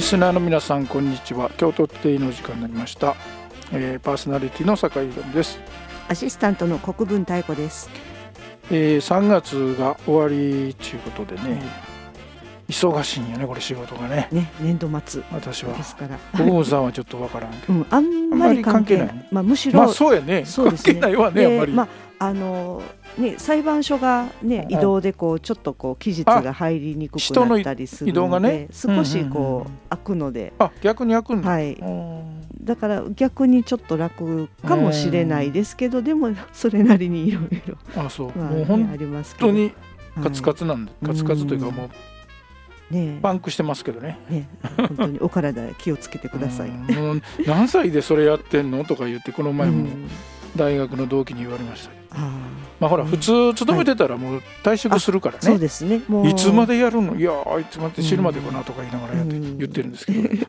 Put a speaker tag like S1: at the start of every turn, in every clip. S1: スナーの皆さんこんにちは京都テイの時間になりました、えーパーソナリティの坂井宏美です、
S2: アシスタントの国分太子です。
S1: えー3月が終わりちゅうことでね、忙しいんよねこれ仕事がね
S2: ね、年度末
S1: 私は
S2: ですから。
S1: 大野さんはちょっとわからん け
S2: うん、あんまり関係ない。
S1: あんまり関係ない
S2: まあ、むし
S1: ど
S2: ろ。
S1: まあそうやね
S2: そうです
S1: 関
S2: ね
S1: 係ないわね
S2: で
S1: あんまり、
S2: まあ、あのーね、裁判所がね、
S1: うん
S2: 移動でこう、ちょっとこう、期日が入りにくくなったりする
S1: 人の移動が
S2: の
S1: ね
S2: で。少
S1: う
S2: し
S1: んうんうん
S2: こう、開くので。
S1: あ逆に開くんだ、
S2: はい、
S1: うん
S2: だから逆にちょっと楽かもしれないですけど、でもそれなりにいろいろ
S1: あそう、
S2: まあ
S1: もう
S2: ねあ
S1: 本
S2: りますけど
S1: 当にカツカ
S2: ツ
S1: ツなんで、カツカツというか
S2: うん
S1: もう
S2: ね
S1: パンクしてますけどね
S2: ね本当にお体気をつけてください。
S1: うんもう何歳でそれやってんのとか言ってこの前
S2: う
S1: も
S2: ん
S1: 大学の同期に言われましたけど、
S2: あー
S1: まあほら
S2: うん
S1: 普通勤めてたらもう退職するから
S2: そう
S1: ね、
S2: ですね。もう
S1: いつまでやるのいやーいつまで知るまでかなとか言いながらやって、
S2: うん
S1: 言ってるんですけど、
S2: ね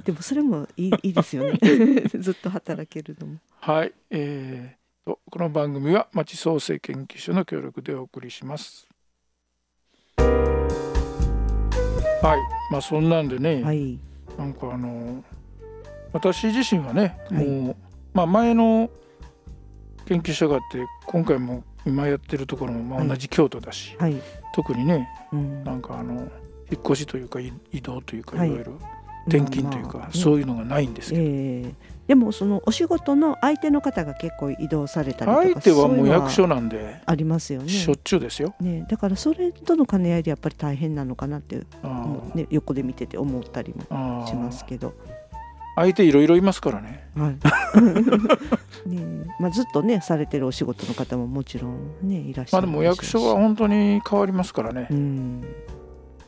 S2: でもそれもいい いいですよね。 ずっと働けるのも。
S1: はいえーとこの番組は町創生研究所の協力でお送りしますはいまあそんなんでね、
S2: はい。
S1: なんかあの私自身はね、
S2: はい
S1: もう、まあ、前の研究所があって今回も今やってるところもま
S2: は
S1: あ
S2: い
S1: 同じ京都だし、
S2: はい。
S1: 特にね
S2: うん
S1: なんかあの引っ越しというかい移動というか、
S2: はい
S1: い、わゆる転勤というか、そういうのがないんですけど、
S2: ええでもそのお仕事の相手の方が結構移動されたりとか。
S1: 相手は
S2: そい
S1: もう
S2: の
S1: 役所なんで
S2: ありますよね。
S1: しょっちゅうですよ。
S2: ね、だからそれとの兼ね合いでやっぱり大変なのかなって、
S1: あ
S2: もうね、横で見てて思ったりも
S1: あ
S2: しますけど、
S1: 相手いろいろいますからね。
S2: はい、 ねまあ、ずっとねされてるお仕事の方ももちろんねいらっし
S1: ま
S2: ゃ
S1: あ
S2: る
S1: で
S2: でしょうし
S1: も役所は本当に変わりますからね
S2: う。ん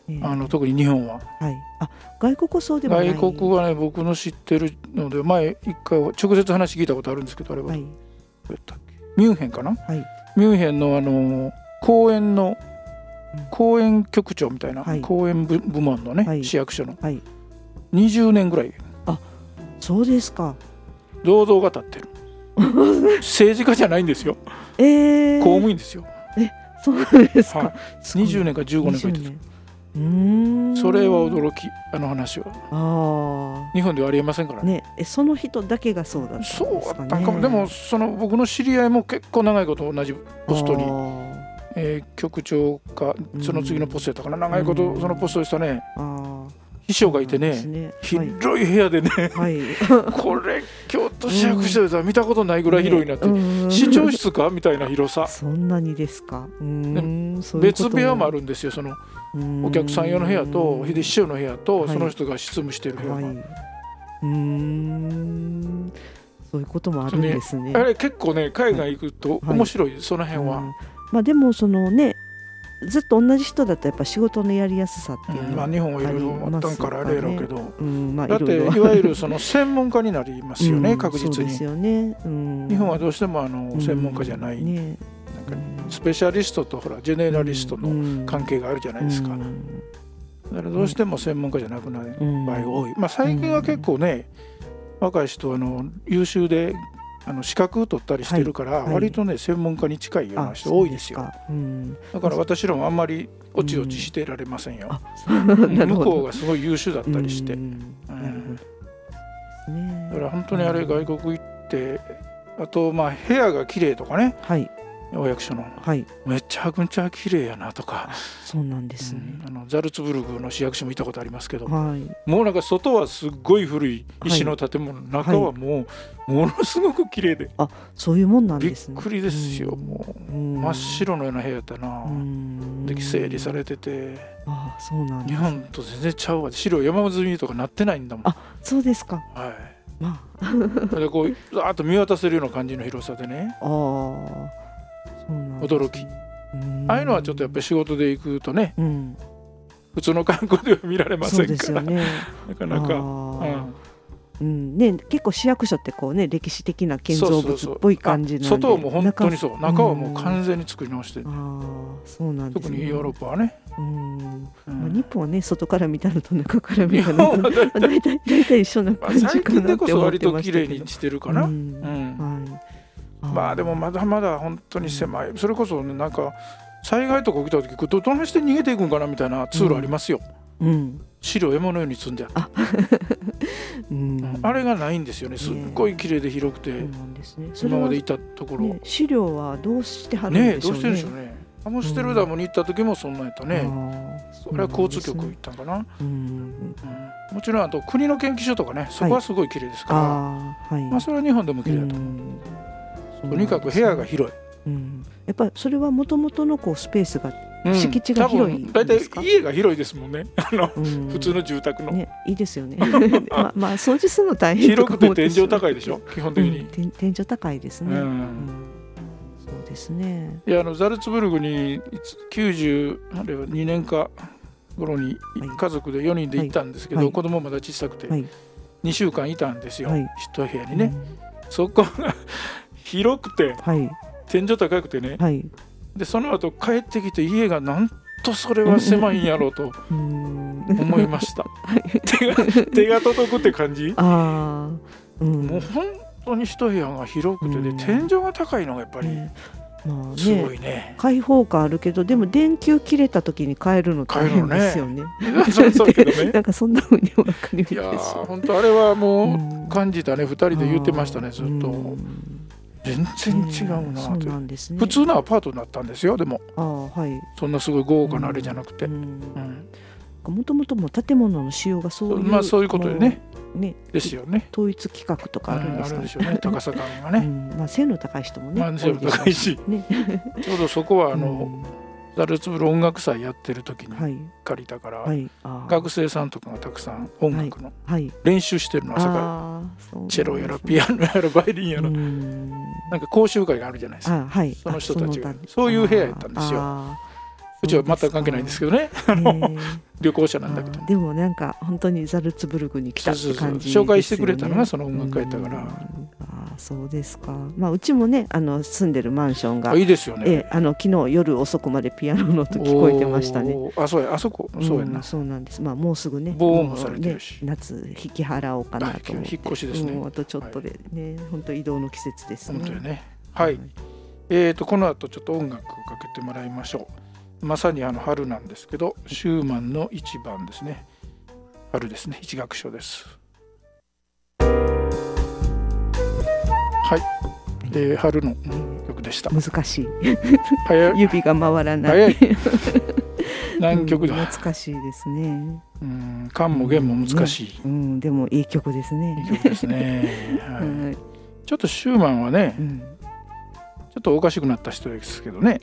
S2: ね
S1: あの特に日本は。
S2: はい、あ外国はそうでもない
S1: 外国はね僕の知ってるので前一回直接話聞いたことあるんですけどあれは
S2: は
S1: ど
S2: いう
S1: やったっけミュンヘンかな、
S2: い
S1: ミュンヘンのあの公園の
S2: うん
S1: 公園局長みたいな、
S2: はい
S1: 公園部部門のね、
S2: はい
S1: 市役所の
S2: はい
S1: 20年ぐらい
S2: そうですか
S1: 銅像が立 ってる政治家じゃないんですよ
S2: ええ
S1: 公務員ですよ、
S2: そうですか、
S1: はい
S2: すごい
S1: 20年か15年かいて
S2: 20
S1: た
S2: 年うーん
S1: それは驚きあの話は
S2: あ
S1: 日本ではありえませんから
S2: あ
S1: ね
S2: ねえその人だけがそうだったんですか、
S1: そ
S2: ね、
S1: うだったんかもでもその僕の知り合いも結構長いこと同じポストに
S2: あー
S1: えー局長か
S2: うん
S1: その次のポストやったかな長いこと
S2: うん
S1: そのポストでしたね
S2: あー
S1: 秘書がいて
S2: そう
S1: ね
S2: なんですね
S1: 広い部屋でね
S2: はい、はい、
S1: これ京都市役所でさ見たことないぐらい広い なって
S2: うん
S1: 市長室かみたいな広さ
S2: そんなにですかうーんそういうこと
S1: 別部屋もあるんですよそのお客さん用の部屋
S2: う
S1: と
S2: ーん
S1: で市長の部屋と
S2: はい
S1: その人が執務してる部
S2: はい。
S1: 屋
S2: うーん。そういうこともあるんですね。
S1: があれ結構ね海外行くと
S2: はい
S1: 面白いその
S2: う
S1: 辺
S2: ん
S1: は
S2: まあでもそのね、ずっと同じ人だとやっぱ仕事のやりやすさっていううんの
S1: まあ
S2: は、
S1: 日本はいろいろあったんからあれやろうけど
S2: うん、まあ
S1: だ
S2: い
S1: っ
S2: ろい
S1: て
S2: ろ
S1: いわゆるその専門家になりますよ
S2: う
S1: ね
S2: ん
S1: 確
S2: そ
S1: 実
S2: うで
S1: に
S2: すよね。うん、
S1: 日本はどうしてもあの
S2: うん
S1: 専門家じゃない
S2: ね、
S1: なんかスペシャリストとほらジェネラリストの関
S2: 係
S1: 係があるじゃないですか、
S2: う
S1: だ
S2: ん
S1: からどうしても専門家じゃなくなる
S2: うん
S1: 場合が多い、まあ、最近は結構ね、若い人はあの優秀であの資格取ったりしてるから、
S2: はい
S1: 割とね専門家に近いような
S2: あ
S1: 人多いですよ
S2: そうかうん、
S1: だから私らもあんまりおちおちしてられませんよ
S2: あ、、そう なる
S1: 向
S2: ほど
S1: こうがすごい優秀だったりして、
S2: うん
S1: うん
S2: なるほどですね
S1: だから本当にあれ外国行ってあとまあ部屋が綺麗とかね
S2: はい
S1: お役所の
S2: はい、
S1: めちゃくちゃ綺麗やなとか、
S2: そうなんですね。
S1: うんあのザルツブルクの市役所も行ったことありますけど
S2: はい。
S1: もうなんか外はすっごい古い石の建物、中はもうものすごく綺麗で、
S2: そういうもんなん
S1: びっ
S2: ですね。
S1: くりですよ、もう真
S2: 真
S1: っ。白のような部屋やったな、
S2: うん
S1: で整理されてて
S2: ああ、そうなん
S1: 日
S2: だ。
S1: 本と全然ちゃうわ白山積みとかなってないんだもん、
S2: あ、そうですか。
S1: は
S2: まあ、
S1: い、でこうざーっと見渡せるような感じの広さでね
S2: ああ。そうなんです
S1: 驚き。
S2: うん
S1: ああいうのはちょっとやっぱり。仕事で行くとね
S2: うん。
S1: 普通の観光では見られま
S2: そ
S1: せ
S2: うんです
S1: か
S2: よ
S1: ら、
S2: ね。
S1: な かなか。う
S2: か。
S1: ん
S2: うん、ね、結構市役所ってこうね、歴史的な建造物っぽい感じの。
S1: そうそうそうあ外はもう本当に。そう中はもう
S2: うん
S1: 完全に作り直して
S2: ああ、そうなんです
S1: 特
S2: ね。
S1: にヨーロッパはね、
S2: うん。
S1: うん
S2: まあ、日本はね、外から見たのと中から見
S1: 日
S2: たの
S1: 本
S2: と。
S1: は大体
S2: 大体、大体一緒な
S1: ま
S2: 感
S1: あ
S2: じ
S1: 最
S2: か
S1: 近
S2: な
S1: で
S2: っ
S1: こ
S2: て
S1: そ
S2: 思って
S1: 割と
S2: ま
S1: 綺
S2: した
S1: 麗
S2: けど
S1: に。してるかな、
S2: う
S1: うん
S2: んはい。
S1: まあでもまだまだ本当に狭いそれこそねなんか災害とか起きた時これどどないして逃げていくんかなみたいな通路ありますよ、
S2: うん、
S1: 資料獲物のように積んであった、
S2: うん
S1: あれがないんですよねすっごい綺麗で広くて、
S2: そうなんですね。それ
S1: 今ま
S2: は
S1: でいたところ
S2: ね、資料はどうしてはるん
S1: ねえ
S2: でし
S1: ど
S2: ょ
S1: う
S2: う
S1: して
S2: ね。
S1: るんでしょうねアムステルダムに行った時もそんなんやったね、
S2: ね。
S1: それは交通局行ったんかな、
S2: うん。
S1: うんもちろんあと国の研究所とかねそこはすごい綺麗ですから、
S2: ああ、はい。
S1: まあ、それは日本でも綺麗だと、
S2: うん
S1: とにかく部屋が、広い、
S2: うん、やっぱりそれはもともとのこうスペースが、
S1: うん
S2: 敷地が広いんですか
S1: 多分大体家が広いですもんねあの、
S2: うん
S1: 普通の住宅の、
S2: ねいいですよ ね。ままあ掃除するの大変と
S1: 広
S2: か
S1: く
S2: 思
S1: て
S2: って
S1: 天井
S2: い
S1: 高いで しょ基本的に、
S2: 天天井高いです
S1: うん
S2: ね。うんそうですね。
S1: いやあのザルツブルグにいつ90あれは2年か頃に
S2: はい
S1: 家族で4人で行ったんですけど、
S2: はい
S1: 子供まだ小さくて
S2: はい
S1: 2週間いたんですよ、
S2: はい
S1: 一部屋にね、そこが 広くて
S2: はい
S1: 天井高くてね
S2: はい。
S1: でその後帰ってきて家がなんとそれは狭いんやろうと
S2: うん。
S1: 思いま した 手が手が届くって感じ
S2: ああ、うん。
S1: もう本当に一部屋が広くてで
S2: うん
S1: 天井が高いのがやっぱり
S2: ね、まあ
S1: す
S2: ね
S1: ご。いね。
S2: 開放感あるけどでも電球切れた時に変えるの大変ですよね。
S1: そうそうけどね
S2: なんかそんな風にわかりま
S1: いやー
S2: す。
S1: 本当あれはも
S2: うん
S1: う感じたね2人で言ってましたねずっ
S2: う
S1: と
S2: ん
S1: 全然違うな
S2: そう
S1: と
S2: なんですね。
S1: 普通のアパートになったんですよでも
S2: ああはい。
S1: そんなすごい豪華なあれじゃなくて、うん
S2: もともともう建物の仕様がそういう
S1: まあそういうことでね
S2: もうね
S1: ですよね
S2: 統一規格とかあるんですか
S1: でしょうね高さ感が
S2: う
S1: ね、
S2: んまあ背の高い人もね。
S1: まあ背も高いし
S2: 多いでしょうしね。
S1: ちょうどそこはあ
S2: う
S1: の、
S2: ん
S1: ザルツブル音楽祭やってる時に
S2: はい
S1: 借りたから、
S2: はいああ
S1: 学生さんとかがたくさん音楽の
S2: はい。
S1: 練習してるの朝から、
S2: ああそうなんです
S1: チ
S2: ね
S1: ェロやらピアノやらバイオリンやら、
S2: うん
S1: なんか講習会があるじゃないですか、
S2: あはい。
S1: その人たちが
S2: あ
S1: そういう部屋やったんですよ。
S2: あ
S1: うちは全く関係ないんですけどね
S2: あ の
S1: 旅行者なんだけど
S2: あーでもなんか本当にザルツブルクに来たって感じです
S1: そうそうそ
S2: よ、
S1: う紹
S2: ね、
S1: 介してくれたのがその音楽家やったから
S2: うんあーそうですかまあうちもねあの住んでるマンションが、
S1: あいいですよね、
S2: ええあの昨日夜遅くまでピアノの音聞こえてましたね
S1: おーあそうやあそこそうやな、
S2: んそうなんですまあもうすぐね
S1: 防音もされてるし
S2: もうね、夏引き払おうかな
S1: あ
S2: と
S1: 今
S2: 思っ
S1: 日
S2: て
S1: 引っ越しですね、
S2: うんあとちょっとでね、本当移動の季節ですね
S1: 本当やねはい、えー、とこの後ちょっと音楽をかけてもらいましょうまさにあの春なんですけどシューマンの一番ですね春ですね一楽章ですはい、えー春のうん曲でした
S2: 難しい
S1: 早い
S2: 指が回らな
S1: 早
S2: い
S1: い難曲
S2: うん
S1: だ
S2: 懐かしいですね
S1: うん漢も弦も難しい
S2: うんでもいい曲ですね
S1: いい曲です ね、はい
S2: はい
S1: ちょっとシューマンはね
S2: うん
S1: ちょっとおかしくなった人ですけどね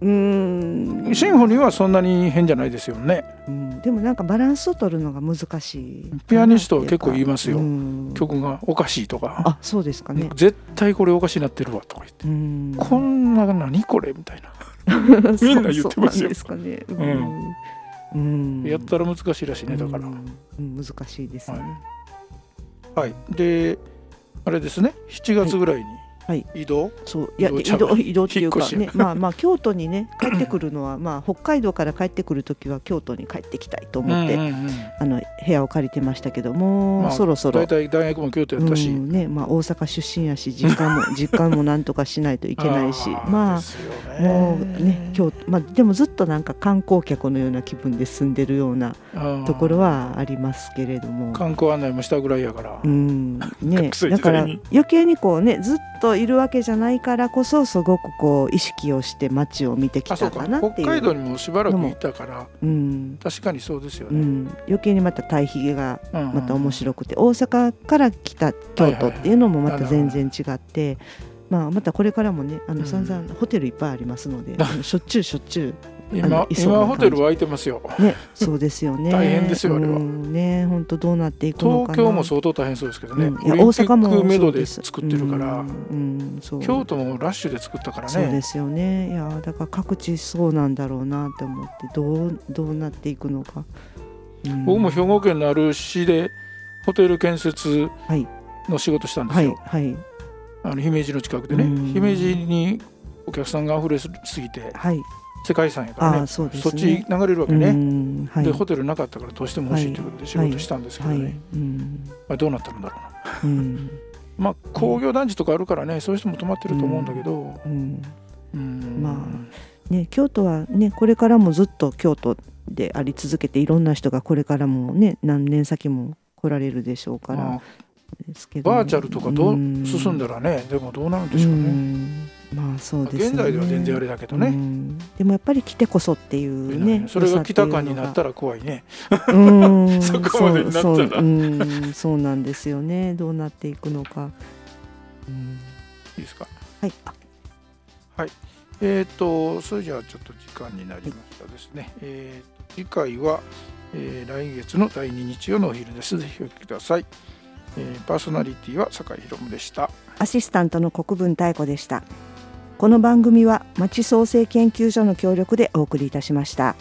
S2: うーん
S1: シンフォニーはそんなに変じゃないですよね
S2: うん、でもなんかバランスを取るのが難しい
S1: ピアニストは結構言いますよ
S2: うん
S1: 曲がおかしいとか
S2: あそうですかね
S1: 絶対これおかしなってるわとか言って、
S2: うん
S1: こんな何これみたいな、みんな言ってますよ
S2: そうそうなんですかねうん、うん
S1: やったら難しいらしいねだから、
S2: うんうん難しいですね、
S1: はいであれですね7月ぐらいに
S2: はい
S1: 移動、
S2: そういや
S1: 移動
S2: 移
S1: ちゃう
S2: 動移動っていうか
S1: 引っ
S2: ね
S1: 越し
S2: まあまあ京都にね帰ってくるのはまあ北海道から帰ってくる時は京都に帰ってきたいと思って、
S1: うんうんうん
S2: あの部屋を借りてましたけども、
S1: まあ
S2: そろそろ
S1: 大体大学も京都やったし、
S2: うんねまあ、大阪出身やし実 家も実家もなんとかしないといけないし
S1: ー
S2: ま
S1: で
S2: あ
S1: すよね
S2: もうね今日、まあ、でもずっとなんか観光客のような気分で住んでるような
S1: あー
S2: ところはありますけれども。
S1: 観光案内もしたぐらいやから、
S2: うん ね
S1: 学、生
S2: だ
S1: 時
S2: から
S1: 代に
S2: 余計にこうねずっといるわけじゃないからこそすごくこう意識をして街を見てき
S1: あそう
S2: た
S1: か
S2: かなって
S1: 北
S2: いう
S1: 海道にもしばらくいたから
S2: うん
S1: 確かにそうですよ
S2: う
S1: ね、
S2: ん、余計にまた対比が
S1: うん
S2: また面白くて大阪から来た京都っていうのもまた全然違って、まあ、またこれからもねあ
S1: う
S2: の
S1: ん
S2: 散々ホテルいっぱいあります ので、あのしょっちゅうしょっちゅあ
S1: 今
S2: のいそうな
S1: 今ホテル
S2: 感じ
S1: は空いてますよ
S2: う、ね、そうですよね
S1: 大変ですよあれは
S2: うんね本当どうなっていくのかな
S1: 東京も相当大変そうですけどね、
S2: うんい
S1: オ
S2: や
S1: リン
S2: 大
S1: ピ
S2: 阪も
S1: ックメド
S2: そう
S1: です作ってるから、
S2: うんうんそう
S1: 京都もラッシュで作ったから
S2: そうで
S1: ね
S2: すよねいやだから各地そうなんだろうなって思ってどうどうなっていくのか、うん
S1: 僕も兵庫県のある市でホテル建設
S2: はい
S1: の仕事したんで
S2: は
S1: す
S2: い
S1: よ、
S2: はい
S1: あの姫路の近くでね、
S2: うん
S1: 姫路にお客さんが溢れすぎて
S2: はい
S1: 世界遺産やか
S2: あ
S1: ら
S2: あ
S1: ね
S2: そうですね
S1: そっち流れるわけね、
S2: うんはい
S1: でホテルなかったからどうしても欲しいということで仕事したんですけど
S2: は
S1: ね、
S2: いうん
S1: まあ、どうなったんだろうな
S2: うん
S1: まあ工業団地とかあるからねそういう人も泊まってると思うんだけど、
S2: うん
S1: うん
S2: まね、京都は、ね、これからもずっと京都であり続けていろんな人がこれからも、ね、何年先も来られるでしょうから、
S1: まあ
S2: ですけど
S1: バーチャルとかどう
S2: うん
S1: 進んだらねでもどうなるんでしょう
S2: う
S1: ね。
S2: んまあそうですね
S1: 現在では全然あれだけど
S2: う
S1: ね。
S2: んでもやっぱり来てこそっていうね
S1: それが北間になった
S2: ら
S1: ら怖いね。
S2: そ
S1: そこまでになったら
S2: そうそううんそうなんですよねどうなっていくのか、うん
S1: いいですか。
S2: はいあ
S1: えっ、とそれじゃあちょっと時間になりましたですね。えーと次回は、えー来月の第2日曜のお昼です。ぜひお聞きください。えーパーソナリティは酒井宏夢でした。
S2: アシスタントの国分太子でしたこの番組は町創生研究所の協力でお送りいたしました